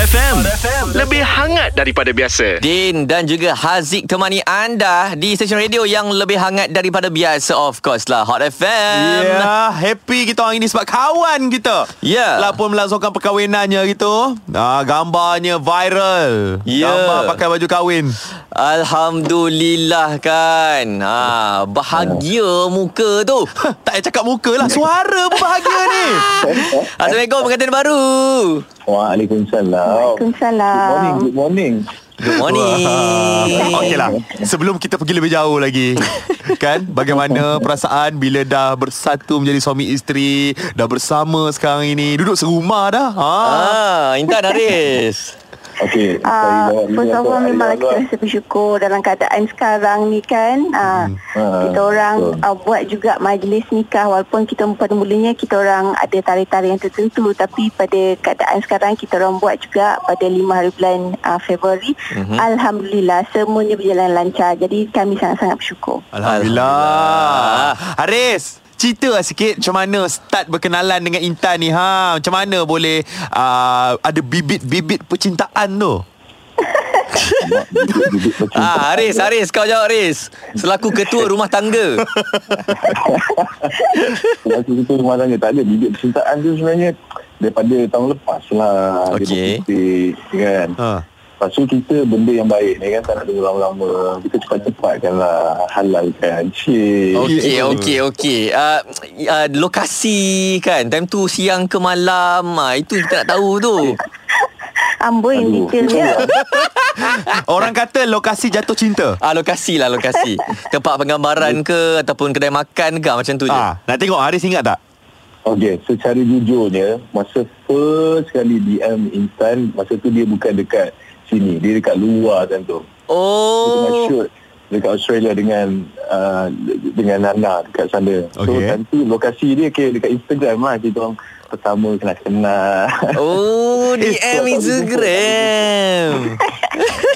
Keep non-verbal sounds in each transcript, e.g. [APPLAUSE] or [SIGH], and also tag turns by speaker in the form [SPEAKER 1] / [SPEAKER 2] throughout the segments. [SPEAKER 1] FM. Lebih hangat daripada biasa.
[SPEAKER 2] Din dan juga Haziq temani anda di stesen radio yang lebih hangat daripada biasa of course lah Hot FM.
[SPEAKER 3] Ya, yeah, happy kita hari ni sebab kawan kita.
[SPEAKER 2] Ya.
[SPEAKER 3] Lah pun melangsungkan perkawinannya gitu. Ah, gambarnya viral.
[SPEAKER 2] Ya.
[SPEAKER 3] Gambar pakai baju kahwin.
[SPEAKER 2] Alhamdulillah kan. Ha, bahagia muka tu.
[SPEAKER 3] Hah, tak payah cakap muka lah. Suara pun bahagia ni.
[SPEAKER 2] Assalamualaikum pengantin baru.
[SPEAKER 4] Waalaikumsalam.
[SPEAKER 5] Waalaikumsalam.
[SPEAKER 4] Good morning.
[SPEAKER 2] Good morning.
[SPEAKER 3] Wah. [LAUGHS] Okey lah. Sebelum kita pergi lebih jauh [LAUGHS] lagi. kan? Bagaimana perasaan bila dah bersatu menjadi suami isteri. Dah bersama sekarang ini. Duduk serumah dah. Ha.
[SPEAKER 2] Ah, Intan Haris.
[SPEAKER 4] Good morning. Okey. saya
[SPEAKER 5] Uh,
[SPEAKER 4] jawab dulu
[SPEAKER 5] first of
[SPEAKER 4] apa lah.
[SPEAKER 5] all memang
[SPEAKER 4] Anwar.
[SPEAKER 5] kita rasa bersyukur dalam keadaan sekarang ni kan uh,
[SPEAKER 4] Ah,
[SPEAKER 5] kita orang
[SPEAKER 4] betul.
[SPEAKER 5] uh, buat juga majlis nikah walaupun kita pada mulanya kita orang ada tarikh-tarikh yang tertentu tapi pada keadaan sekarang kita orang buat juga pada 5 hari bulan uh, Februari
[SPEAKER 4] Mhm.
[SPEAKER 5] Alhamdulillah semuanya berjalan lancar jadi kami sangat-sangat bersyukur
[SPEAKER 3] Alhamdulillah. Haris, cerita lah sikit macam mana start berkenalan dengan Intan ni ha. Macam mana boleh uh, ada bibit-bibit percintaan tu?
[SPEAKER 5] [LAUGHS]
[SPEAKER 4] Duduk bercinta.
[SPEAKER 2] Ah, Haris, Haris kau jawab Haris. Selaku ketua rumah tangga.
[SPEAKER 4] Waktu kita rumah tangga tak ada bibit percintaan tu sebenarnya daripada tahun lepas lah. Dia
[SPEAKER 2] Okey. Ah.
[SPEAKER 4] berputik, kan.
[SPEAKER 3] Ha.
[SPEAKER 2] [LAUGHS]
[SPEAKER 4] Lepas tu kita benda yang baik ni kan tak nak tunggu lama-lama. Kita cepat-cepatkan lah. Halalkan. Cik.
[SPEAKER 2] Okey,
[SPEAKER 3] Ya.
[SPEAKER 2] okey, okey. Uh, uh, lokasi kan, time tu siang ke malam. Uh, itu kita nak tahu tu.
[SPEAKER 5] Amboi
[SPEAKER 4] Aduh.
[SPEAKER 5] yang detailnya
[SPEAKER 3] Orang kata lokasi jatuh cinta.
[SPEAKER 2] Ah, lokasi lah,
[SPEAKER 3] [LAUGHS]
[SPEAKER 2] lokasi. Tempat penggambaran ke ataupun kedai makan ke macam tu je.
[SPEAKER 3] Ah, nak tengok Haris ingat tak?
[SPEAKER 4] Okey, secara jujurnya, masa first kali DM Intan, masa tu dia bukan dekat sini. Dia dekat luar kan tu. Dia tengah
[SPEAKER 2] Oh.
[SPEAKER 4] shoot dekat Australia dengan uh, dengan Nana dekat sana. So,
[SPEAKER 3] Okey.
[SPEAKER 4] time tu lokasi dia okay, dekat Instagram lah. Kita orang pertama kenal-kenal. [LAUGHS]
[SPEAKER 3] [LAUGHS]
[SPEAKER 2] Oh,
[SPEAKER 4] Eh,
[SPEAKER 2] DM Instagram.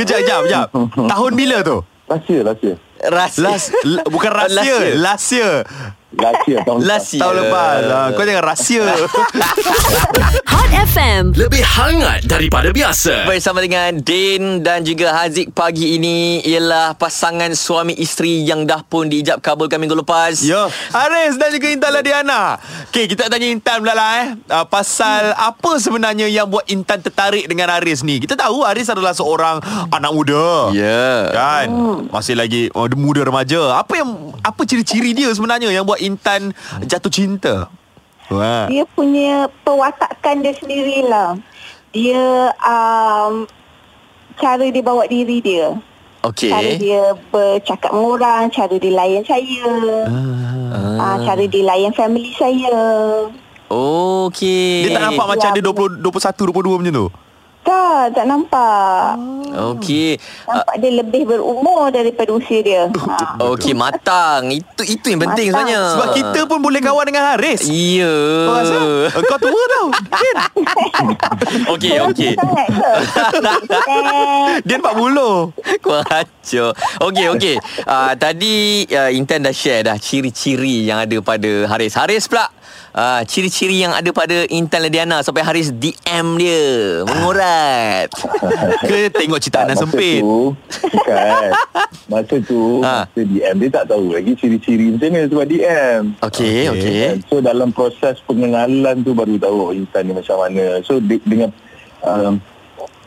[SPEAKER 3] Kejap, kejap, kejap. Tahun bila tu?
[SPEAKER 4] Rahsia, rahsia.
[SPEAKER 2] Rasa.
[SPEAKER 3] Last, l-
[SPEAKER 2] [LAUGHS]
[SPEAKER 3] bukan
[SPEAKER 2] Oh, last
[SPEAKER 3] rahsia,
[SPEAKER 2] year.
[SPEAKER 3] last year.
[SPEAKER 4] Rahsia tahun
[SPEAKER 2] Last year.
[SPEAKER 3] Tahun lepas. Ah, kau jangan rahsia.
[SPEAKER 2] [LAUGHS]
[SPEAKER 6] Hot FM.
[SPEAKER 1] Lebih hangat daripada biasa.
[SPEAKER 2] Bersama dengan Din dan juga Haziq pagi ini ialah pasangan suami isteri yang dah pun diijab kabulkan minggu lepas.
[SPEAKER 3] Ya. Haris dan juga Intan Ladiana. Okey, kita nak tanya Intan pula lah eh. Uh, pasal apa sebenarnya yang buat Intan tertarik dengan Haris ni? Kita tahu Haris adalah seorang anak muda.
[SPEAKER 2] Yeah.
[SPEAKER 3] Kan? Masih lagi oh, dia muda remaja. Apa yang apa ciri-ciri dia sebenarnya yang buat Intan jatuh cinta? Ha. Wah.
[SPEAKER 5] dia punya pewatakan dia sendirilah. Dia um, cara dia bawa diri dia.
[SPEAKER 2] Okey.
[SPEAKER 5] Cara dia bercakap dengan orang, cara dia layan saya. Ah. Ah, cara dia layan family saya.
[SPEAKER 2] Okey.
[SPEAKER 3] Dia tak
[SPEAKER 2] Eh.
[SPEAKER 3] nampak macam dia 20 21 22 macam tu.
[SPEAKER 5] Tak, tak nampak.
[SPEAKER 2] Ah. Okey. Uh,
[SPEAKER 5] Nampak dia lebih berumur daripada usia
[SPEAKER 2] [LAUGHS]
[SPEAKER 5] dia. Ha.
[SPEAKER 2] Okey, matang. Itu itu yang penting
[SPEAKER 5] Matang.
[SPEAKER 2] sebenarnya.
[SPEAKER 3] Ah, Sebab kita pun boleh kawan dengan Haris.
[SPEAKER 2] Ah. Ya.
[SPEAKER 3] Kau rasa? Eh, Kau tua tau. Din.
[SPEAKER 2] Okey, okey.
[SPEAKER 5] Sangat
[SPEAKER 2] [LAUGHS]
[SPEAKER 5] ke?
[SPEAKER 3] Din
[SPEAKER 5] Dan
[SPEAKER 3] 40.
[SPEAKER 2] Kurang hancur. Okey, okey. Uh, tadi uh, Intan dah share dah ciri-ciri yang ada pada Haris. Haris pula uh, ciri-ciri yang ada pada Intan Lediana sampai Haris DM dia. [LAUGHS] Mengurat.
[SPEAKER 3] Ke tengok cerita Anas
[SPEAKER 4] masa
[SPEAKER 3] sempit.
[SPEAKER 4] tu,
[SPEAKER 2] [LAUGHS]
[SPEAKER 4] bukan. masa tu,
[SPEAKER 2] Ha.
[SPEAKER 4] masa DM, dia tak tahu lagi ciri-ciri macam mana sebab DM.
[SPEAKER 2] Okey, okey. [LAUGHS]
[SPEAKER 4] Okay. Eh, So dalam proses pengenalan tu baru tahu oh, insan ni macam mana. So de- dengan um,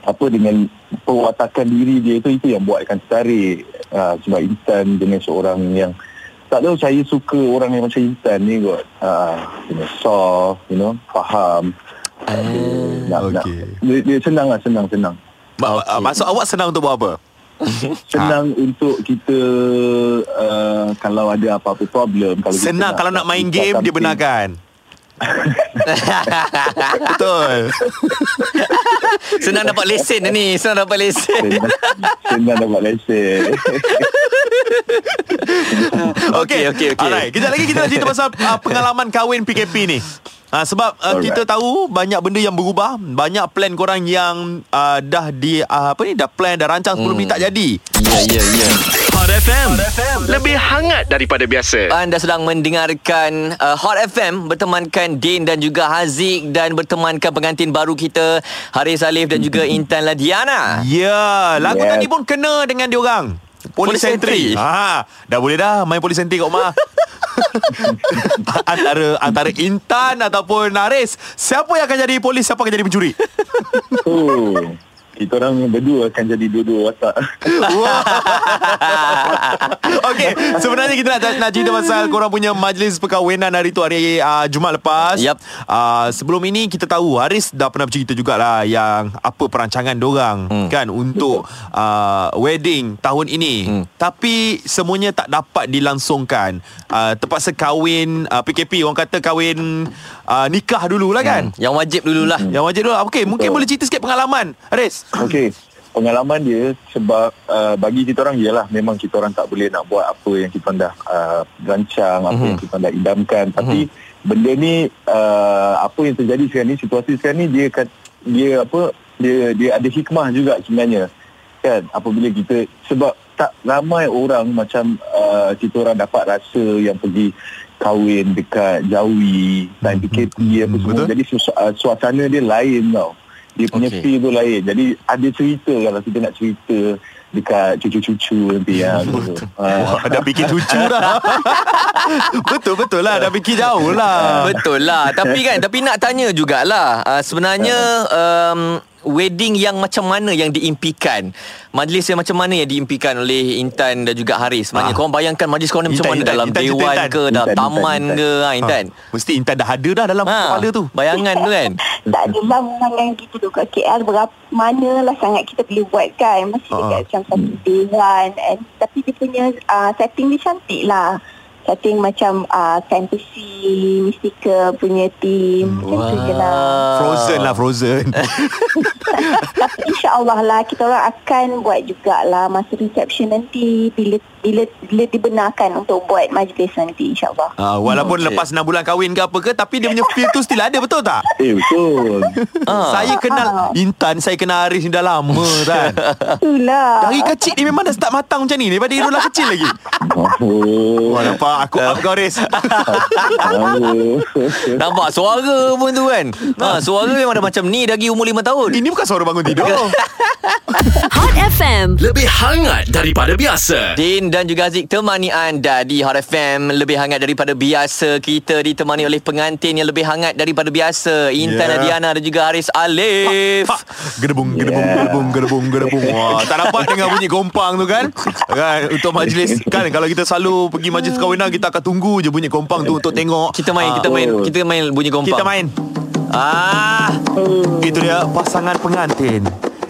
[SPEAKER 4] apa dengan perwatakan diri dia tu itu yang buatkan tertarik. Ha, sebab insan jenis orang yang tak tahu saya suka orang yang macam insan ni kot. Ha, you know, soft, you know, faham. Ah, nak, nak.
[SPEAKER 3] okay.
[SPEAKER 4] Dia, dia senang lah, senang, senang.
[SPEAKER 3] Ma- ah, Masuk awak senang untuk buat apa?
[SPEAKER 4] Senang untuk kita uh, kalau ada apa-apa problem. Kalau kita
[SPEAKER 3] Senang kalau nak main game dia
[SPEAKER 4] kita something.
[SPEAKER 3] benarkan. Betul.
[SPEAKER 2] Senang dapat lesen dah ni. Senang dapat lesen.
[SPEAKER 4] Senang, senang dapat lesen.
[SPEAKER 2] Okey, okey, okey.
[SPEAKER 3] Alright, kejap lagi kita nak cerita pasal uh, pengalaman kahwin PKP ni. Ha, sebab uh,
[SPEAKER 4] Alright.
[SPEAKER 3] kita tahu banyak benda yang berubah, banyak plan korang yang uh, dah di uh, apa ni dah plan dah rancang sebelum ni tak jadi.
[SPEAKER 2] [LAUGHS] Ya, ya, ya.
[SPEAKER 1] Hot Hot FM. Lebih hangat daripada biasa.
[SPEAKER 2] Anda sedang mendengarkan uh, Hot FM bertemankan Din dan juga Haziq dan bertemankan pengantin baru kita Haris Alif dan [LAUGHS] juga Intan Ladiana.
[SPEAKER 3] Ya, lagu
[SPEAKER 4] Yes.
[SPEAKER 3] tadi pun kena dengan diorang.
[SPEAKER 2] Polisentri.
[SPEAKER 3] Polisentri. Ha, dah boleh dah main polisentri kat rumah. antara antara Intan ataupun Naris, siapa yang akan jadi polis, siapa akan jadi pencuri?
[SPEAKER 4] [LAUGHS] Oh, kita orang berdua akan jadi dua-dua watak. [LAUGHS]
[SPEAKER 3] [LAUGHS] Okey, sebenarnya kita nak, nak cerita pasal korang punya majlis perkahwinan hari tu hari uh, Jumaat lepas.
[SPEAKER 2] Yap.
[SPEAKER 3] Uh, sebelum ini kita tahu Haris dah pernah bercerita jugalah yang apa perancangan dorang hmm. kan untuk uh, wedding tahun ini. Hmm. Tapi semuanya tak dapat dilangsungkan. Uh, terpaksa kahwin uh, PKP orang kata kahwin uh, nikah dululah kan.
[SPEAKER 2] Yang wajib dululah.
[SPEAKER 3] Yang wajib dulu. Okey, mungkin boleh cerita sikit pengalaman Haris.
[SPEAKER 4] Okey, pengalaman dia sebab uh, bagi kita orang ialah memang kita orang tak boleh nak buat apa yang kita orang dah uh, rancang, apa yang kita orang dah idamkan. Tapi benda ni uh, apa yang terjadi sekarang ni, situasi sekarang ni dia kat- dia apa dia dia ada hikmah juga sebenarnya. Kan apabila kita sebab tak ramai orang macam uh, kita orang dapat rasa yang pergi kahwin dekat Jawi,
[SPEAKER 2] Hmm,
[SPEAKER 4] time PKP apa semua.
[SPEAKER 3] Betul.
[SPEAKER 4] Jadi suas- uh, suasana dia lain tau. Dia punya
[SPEAKER 2] Okey.
[SPEAKER 4] okay. feel tu lain. Jadi ada cerita lah kalau kita nak cerita dekat cucu-cucu nanti
[SPEAKER 2] [LAUGHS]
[SPEAKER 4] ya. gitu. Ha.
[SPEAKER 3] Wah, dah fikir cucu dah. [LAUGHS] betul betul lah, dah fikir jauh lah.
[SPEAKER 2] Betul lah Tapi kan Tapi nak tanya jugalah uh, Sebenarnya um, Wedding yang macam mana Yang diimpikan Majlis yang macam mana Yang diimpikan oleh Intan Dan juga Haris Sebenarnya
[SPEAKER 3] Ah.
[SPEAKER 2] korang bayangkan Majlis korang ni macam
[SPEAKER 3] Intan,
[SPEAKER 2] mana
[SPEAKER 3] Intan,
[SPEAKER 2] Dalam
[SPEAKER 3] Intan, cerita
[SPEAKER 2] dewan
[SPEAKER 3] Intan.
[SPEAKER 2] ke Dalam
[SPEAKER 4] Intan,
[SPEAKER 2] taman
[SPEAKER 4] Intan,
[SPEAKER 2] ke ha, Intan
[SPEAKER 3] Ha, mesti Intan dah ada dah dalam
[SPEAKER 2] ha,
[SPEAKER 3] kepala tu.
[SPEAKER 2] Bayangan tu
[SPEAKER 3] [LAUGHS]
[SPEAKER 2] kan
[SPEAKER 5] Tak
[SPEAKER 3] Hmm.
[SPEAKER 5] adalah menangan kita duduk kat KL berapa manalah sangat kita boleh buat kan masih
[SPEAKER 3] Ah.
[SPEAKER 5] dekat macam satu dewan and tapi dia punya uh, setting dia cantik lah setting macam uh, fantasy mystical punya theme macam tu je lah
[SPEAKER 2] Ah.
[SPEAKER 3] Frozen lah
[SPEAKER 2] [LAUGHS]
[SPEAKER 3] Frozen
[SPEAKER 5] tapi insyaAllah lah kita orang akan buat jugalah masa reception nanti bila bila bila dibenarkan untuk buat majlis nanti insyaAllah
[SPEAKER 3] uh, Walaupun
[SPEAKER 2] Okay.
[SPEAKER 3] okay. lepas 6 bulan kahwin ke apa ke Tapi dia punya feel tu still ada betul tak?
[SPEAKER 4] Eh betul.
[SPEAKER 2] Ah.
[SPEAKER 3] Uh. Saya kenal Intan Saya kenal Aris ni dah lama kan
[SPEAKER 2] [LAUGHS]
[SPEAKER 5] itulah
[SPEAKER 3] Dari kecil ni memang dah start matang macam ni Daripada Irul lah kecil lagi
[SPEAKER 4] Oh.
[SPEAKER 3] Wah nampak aku up kau
[SPEAKER 2] [LAUGHS]
[SPEAKER 3] Aris
[SPEAKER 4] Oh.
[SPEAKER 2] Nampak suara pun tu kan ha,
[SPEAKER 3] Ah.
[SPEAKER 2] Suara memang dah macam ni Lagi umur 5 tahun
[SPEAKER 3] Ini bukan suara bangun tidur
[SPEAKER 2] [LAUGHS]
[SPEAKER 6] Hot FM.
[SPEAKER 1] Lebih hangat daripada biasa.
[SPEAKER 2] Din dan juga Aziz temani anda di Hot FM lebih hangat daripada biasa. Kita ditemani oleh pengantin yang lebih hangat daripada biasa. Intan yeah.
[SPEAKER 3] Yeah.
[SPEAKER 2] Adiana dan juga Haris Alif.
[SPEAKER 3] Pak, [LAUGHS] Gerbung, gerbung,
[SPEAKER 4] Yeah.
[SPEAKER 3] gerbung, gerbung, gerbung Wah, tak dapat dengar bunyi gompang tu kan Kan, untuk majlis Kan, kalau kita selalu pergi majlis kahwinan Kita akan tunggu je bunyi gompang tu untuk tengok
[SPEAKER 2] Kita main,
[SPEAKER 3] Ah,
[SPEAKER 2] kita main,
[SPEAKER 4] oh.
[SPEAKER 2] kita main bunyi gompang.
[SPEAKER 3] Kita main
[SPEAKER 2] Ah,
[SPEAKER 3] Itu dia pasangan pengantin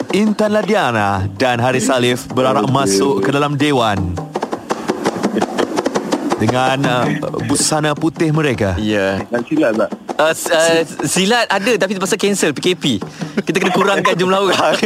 [SPEAKER 3] Intan Ladiana dan Haris Salif berarak
[SPEAKER 4] Okey.
[SPEAKER 3] masuk ke dalam dewan dengan uh, busana putih mereka.
[SPEAKER 2] ya. Yeah.
[SPEAKER 4] Kan silap tak?
[SPEAKER 2] Uh, s- uh, silat ada tapi terpaksa cancel PKP. Kita kena kurangkan jumlah
[SPEAKER 3] [LAUGHS]
[SPEAKER 2] orang.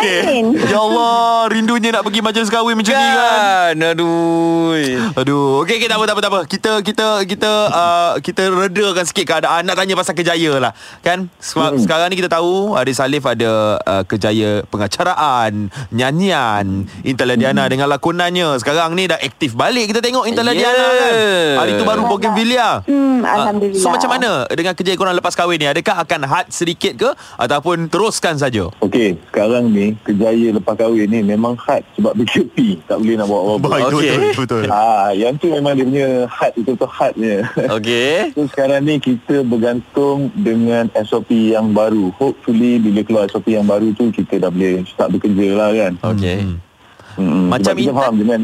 [SPEAKER 5] main.
[SPEAKER 3] Ya Allah, rindunya nak pergi majlis kahwin macam ni kan.
[SPEAKER 2] kan. Aduh.
[SPEAKER 3] Aduh. Okey, okay, tak apa tak apa tak apa. Kita kita kita uh, kita redakan sikit keadaan. Nak tanya pasal Kejaya lah. Kan? Sebab hmm. sekarang ni kita tahu Haris Salif ada uh, Kejaya pengacaraan, nyanyian, Intan Ladiana hmm. dengan lakonannya. Sekarang ni dah aktif balik kita tengok Intan Ladiana
[SPEAKER 2] Yeah.
[SPEAKER 3] kan. Hari tu baru Bougainvillea.
[SPEAKER 5] hmm,
[SPEAKER 3] Ah,
[SPEAKER 5] Alhamdulillah
[SPEAKER 3] So macam mana dengan kerja korang lepas kahwin ni? Adakah akan hard sedikit ke ataupun teruskan saja?
[SPEAKER 4] Okey, sekarang ni kejaya lepas kahwin ni memang hard sebab PKP. Tak boleh nak buat apa-apa.
[SPEAKER 2] Baik, Okey.
[SPEAKER 3] betul.
[SPEAKER 4] Ah, yang tu memang dia punya hard itu tu
[SPEAKER 3] [LAUGHS]
[SPEAKER 4] hardnya.
[SPEAKER 2] Okey.
[SPEAKER 4] So sekarang ni kita bergantung dengan SOP yang baru. Hopefully bila keluar SOP yang baru tu kita dah boleh start bekerja lah kan.
[SPEAKER 2] Okey.
[SPEAKER 4] Hmm,
[SPEAKER 3] Macam
[SPEAKER 4] sebab kita
[SPEAKER 3] Intan-
[SPEAKER 4] faham dengan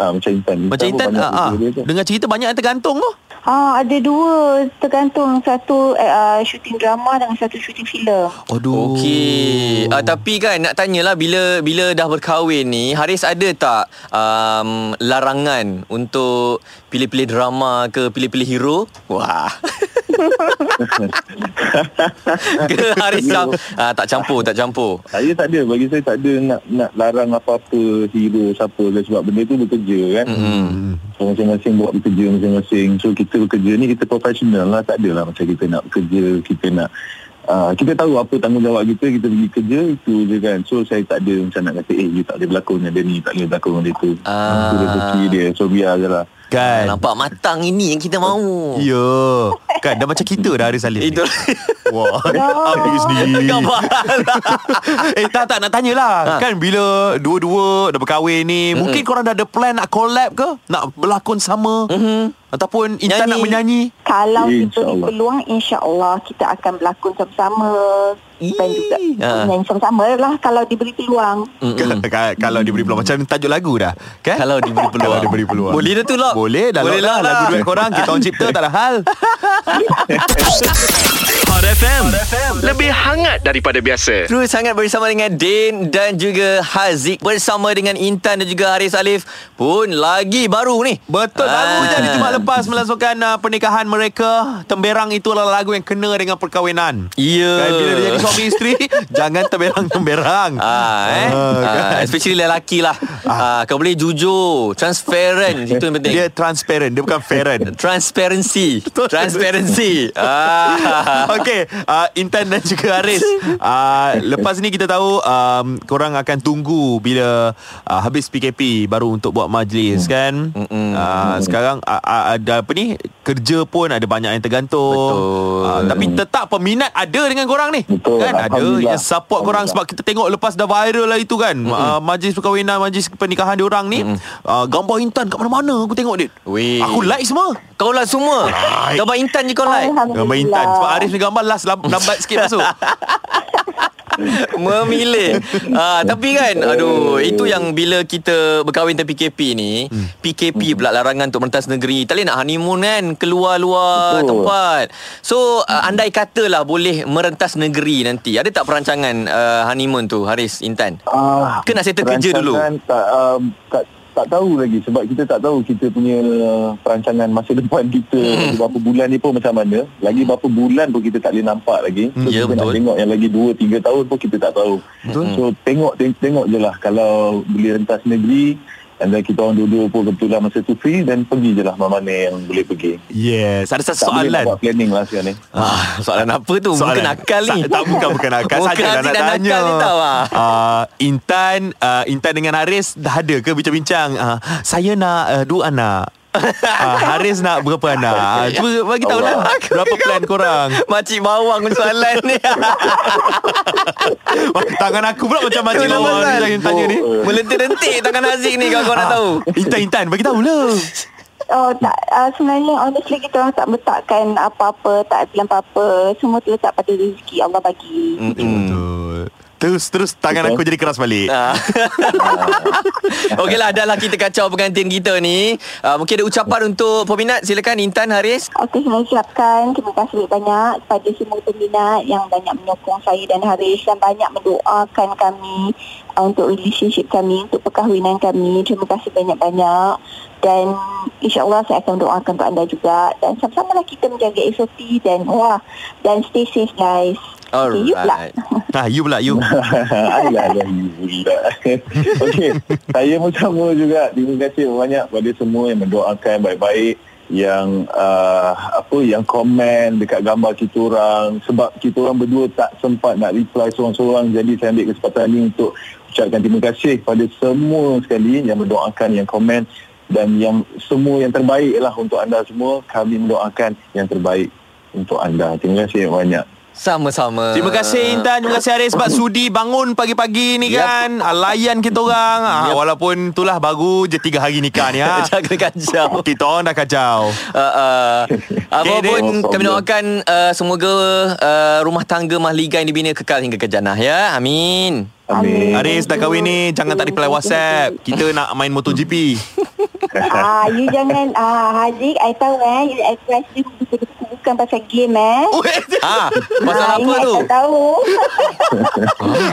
[SPEAKER 4] ah, macam Intan.
[SPEAKER 3] Macam
[SPEAKER 4] pun
[SPEAKER 3] Intan
[SPEAKER 4] banyak
[SPEAKER 3] ah, ah,
[SPEAKER 4] kerja dia tu.
[SPEAKER 3] dengar cerita banyak yang tergantung tu.
[SPEAKER 5] Ah, ada dua tergantung satu eh, uh, syuting drama dengan satu syuting filem.
[SPEAKER 3] Aduh.
[SPEAKER 2] Okey. Uh, tapi kan nak tanyalah bila bila dah berkahwin ni Haris ada tak um, larangan untuk pilih-pilih drama ke pilih-pilih hero? Wah. [LAUGHS] ke Haris cam, uh, tak campur, tak campur.
[SPEAKER 4] Saya tak ada Bagi saya tak ada Nak nak larang apa-apa Hero siapa ke Sebab benda tu bekerja kan mm-hmm. So masing-masing buat bekerja Masing-masing So kita bekerja ni Kita professional lah Tak adalah macam kita nak bekerja Kita nak uh, kita tahu apa tanggungjawab kita kita pergi kerja itu je kan so saya tak ada macam nak kata eh you tak boleh berlakon ada ni tak boleh berlakon ada tu
[SPEAKER 2] Ah.
[SPEAKER 4] itu rezeki dia so biar je lah
[SPEAKER 3] Kan
[SPEAKER 2] Nampak matang ini yang kita mahu.
[SPEAKER 3] Ya Kan dah macam kita dah Haris Salim ni.
[SPEAKER 2] Itu [LAUGHS]
[SPEAKER 3] Wah Habis sendiri [LAUGHS] Eh tak tak nak tanyalah ha. Kan bila Dua-dua dah berkahwin ni Mm-mm. Mungkin korang dah ada plan Nak collab ke Nak berlakon sama mm-hmm. Ataupun Intan
[SPEAKER 2] Nyanyi.
[SPEAKER 3] nak menyanyi
[SPEAKER 5] Kalau kita beri
[SPEAKER 4] InsyaAllah.
[SPEAKER 5] peluang insya-Allah kita akan berlakon sama-sama dan
[SPEAKER 2] Ih,
[SPEAKER 5] juga
[SPEAKER 2] ah.
[SPEAKER 5] menyanyi sama-sama lah kalau diberi peluang.
[SPEAKER 3] Ka- Kan? ka- Kalau diberi peluang Macam tajuk lagu dah kan?
[SPEAKER 2] Kalau diberi peluang.
[SPEAKER 3] [LAUGHS] Kalau diberi peluang
[SPEAKER 2] Boleh dah tu, Lok?
[SPEAKER 3] Boleh dah
[SPEAKER 2] Boleh
[SPEAKER 3] Boleh lah
[SPEAKER 2] lah.
[SPEAKER 3] Lagu duet korang Kita orang cipta tak ada hal
[SPEAKER 1] Hot FM. Lebih hangat daripada biasa.
[SPEAKER 2] Terus sangat bersama dengan Din dan juga Haziq bersama dengan Intan dan juga Haris Alif pun lagi baru ni.
[SPEAKER 3] Betul Baru
[SPEAKER 2] Ah.
[SPEAKER 3] jadi cuma lepas Melangsungkan uh, pernikahan mereka Temberang itu adalah lagu Yang kena dengan perkahwinan
[SPEAKER 2] Ya.
[SPEAKER 3] Kan, bila dia jadi suami isteri [LAUGHS] Jangan temberang-temberang
[SPEAKER 2] Ah, eh.
[SPEAKER 3] Ah,
[SPEAKER 2] ah,
[SPEAKER 3] kan.
[SPEAKER 2] especially lelaki lah. Ah. kau boleh jujur, transparent itu yang penting.
[SPEAKER 3] Dia transparent Dia bukan kan? ferrent
[SPEAKER 2] Transparency Transparency
[SPEAKER 3] [LAUGHS]
[SPEAKER 2] ah.
[SPEAKER 3] Okay uh, Intan dan juga Haris uh, Lepas ni kita tahu um, Korang akan tunggu Bila uh, Habis PKP Baru untuk buat
[SPEAKER 2] Hmm.
[SPEAKER 3] majlis kan uh, Sekarang uh, uh, Ada apa ni Kerja pun ada banyak yang tergantung
[SPEAKER 2] Betul.
[SPEAKER 3] uh, Tapi tetap peminat ada dengan korang ni
[SPEAKER 4] Betul,
[SPEAKER 3] Kan ada
[SPEAKER 4] Alhamdulillah.
[SPEAKER 3] yang support korang Sebab kita tengok lepas dah viral lah itu kan uh, Majlis perkahwinan Majlis pernikahan diorang ni uh, Gambar Intan kat mana-mana Aku tengok dia
[SPEAKER 2] Weh.
[SPEAKER 3] Aku like semua
[SPEAKER 2] Kau lah semua Gambar Intan je kau like
[SPEAKER 3] Gambar Intan Sebab Arif ni gambar last lam- lambat sikit masuk
[SPEAKER 2] Memilih ah, Tapi kan Aduh Itu yang bila kita Berkahwin dengan PKP ni PKP pula larangan Untuk merentas negeri Tak boleh nak honeymoon kan Keluar-luar
[SPEAKER 4] Betul.
[SPEAKER 2] tempat So ah, Andai katalah Boleh merentas negeri nanti Ada tak perancangan uh, Honeymoon tu Haris Intan
[SPEAKER 4] Ah,
[SPEAKER 2] Ke nak settle kerja dulu?
[SPEAKER 4] perancangan Tak, um, tak, tak tahu lagi sebab kita tak tahu kita punya uh, perancangan masa [LAUGHS] depan kita
[SPEAKER 2] Hmm.
[SPEAKER 4] berapa bulan ni pun macam mana. Lagi berapa bulan pun kita tak boleh nampak lagi. So,
[SPEAKER 2] ya,
[SPEAKER 4] kita nak
[SPEAKER 2] betul.
[SPEAKER 4] tengok yang lagi 2-3 tahun pun kita tak tahu. So tengok tengok, tengok je lah kalau boleh rentas negeri and then kita orang dua-dua pun kebetulan masa tu free dan pergi je lah mana-mana yang boleh pergi.
[SPEAKER 3] Yes Ada satu
[SPEAKER 4] Tak boleh nak
[SPEAKER 3] soalan
[SPEAKER 4] buat planning lah sekarang ni.
[SPEAKER 2] ah, Soalan apa tu Soalan. Bukan akal ni
[SPEAKER 3] Sa- tak bukan bukan akal
[SPEAKER 2] Bukan
[SPEAKER 3] saja lah
[SPEAKER 2] hati
[SPEAKER 3] nak
[SPEAKER 2] dan
[SPEAKER 3] tanya.
[SPEAKER 2] akal ni tau, ah.
[SPEAKER 3] Uh, Intan uh, Intan dengan Haris dah ada ke bincang-bincang? Uh, saya nak uh, dua anak. uh, Haris nak berapa anak?
[SPEAKER 2] [LAUGHS]
[SPEAKER 3] Uh, cuba bagi tahu lah berapa plan korang.
[SPEAKER 2] [LAUGHS] Makcik bawang pun soalan ni
[SPEAKER 3] Wah, Oh, Tangan aku pula macam macam
[SPEAKER 2] Kenapa, Oh.
[SPEAKER 3] lawan
[SPEAKER 2] San?
[SPEAKER 3] yang tanya ni.
[SPEAKER 2] Melentik-lentik tangan Aziz ni Kalau kau nak tahu
[SPEAKER 3] Intan Intan bagi tahu lah.
[SPEAKER 5] Oh tak uh, sebenarnya honestly kita orang tak letakkan apa-apa, tak bilang apa-apa. Semua terletak pada rezeki Allah bagi.
[SPEAKER 2] Hmm.
[SPEAKER 3] Betul. Terus terus tangan aku jadi keras balik.
[SPEAKER 2] Ah. [LAUGHS] Okeylah dah lah kita kacau pengantin kita ni uh, Mungkin ada ucapan untuk peminat Silakan Intan Haris
[SPEAKER 5] Okey, saya ucapkan terima kasih banyak kepada semua peminat yang banyak menyokong saya dan Haris dan banyak mendoakan kami uh, untuk relationship kami, untuk perkahwinan kami. Terima kasih banyak-banyak dan insyaAllah saya akan doakan untuk anda juga dan sama-samalah kita menjaga SOP dan wah dan stay safe
[SPEAKER 2] [LAUGHS]
[SPEAKER 5] guys. Okay, you pula.
[SPEAKER 2] Alright
[SPEAKER 3] Nah, Ah, you pula you.
[SPEAKER 4] [LAUGHS] Alah, alah, budak. [LAUGHS] Okey, saya pun sama juga. Terima kasih banyak pada semua yang mendoakan baik-baik yang uh, apa yang komen dekat gambar kita orang sebab kita orang berdua tak sempat nak reply seorang-seorang jadi saya ambil kesempatan ini untuk ucapkan terima kasih kepada semua sekali yang mendoakan yang komen dan yang semua yang terbaik lah untuk anda semua kami mendoakan yang terbaik untuk anda terima kasih banyak
[SPEAKER 2] Sama-sama
[SPEAKER 3] Terima kasih Intan Terima kasih Haris Sebab sudi bangun pagi-pagi ni
[SPEAKER 2] Yap.
[SPEAKER 3] kan yep. Layan kita orang yep.
[SPEAKER 2] Yap.
[SPEAKER 3] Walaupun itulah baru je tiga hari nikah ni
[SPEAKER 2] [LAUGHS]
[SPEAKER 3] ha.
[SPEAKER 2] [LAUGHS] Jangan kena kacau
[SPEAKER 3] Kita orang dah kacau
[SPEAKER 2] Uh, uh, apa
[SPEAKER 3] Din.
[SPEAKER 2] pun
[SPEAKER 4] No problem.
[SPEAKER 2] kami doakan uh, semoga uh, rumah tangga mahligai yang dibina kekal hingga ke jannah ya. Amin.
[SPEAKER 4] amin
[SPEAKER 3] Haris dah kahwin ni Jangan tak reply WhatsApp Kita nak main MotoGP
[SPEAKER 5] Ah, you jangan ah Haziq, I tahu eh, you advice you bukan pasal game eh.
[SPEAKER 2] Ah, pasal
[SPEAKER 5] Ah,
[SPEAKER 2] apa
[SPEAKER 5] ini I
[SPEAKER 2] tu?
[SPEAKER 5] tak tahu.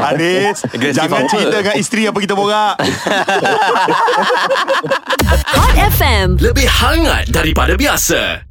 [SPEAKER 3] Haris
[SPEAKER 2] Agresif
[SPEAKER 3] Jangan
[SPEAKER 2] apa?
[SPEAKER 3] cerita dengan isteri Apa kita borak
[SPEAKER 6] Hot FM.
[SPEAKER 1] Lebih hangat daripada biasa.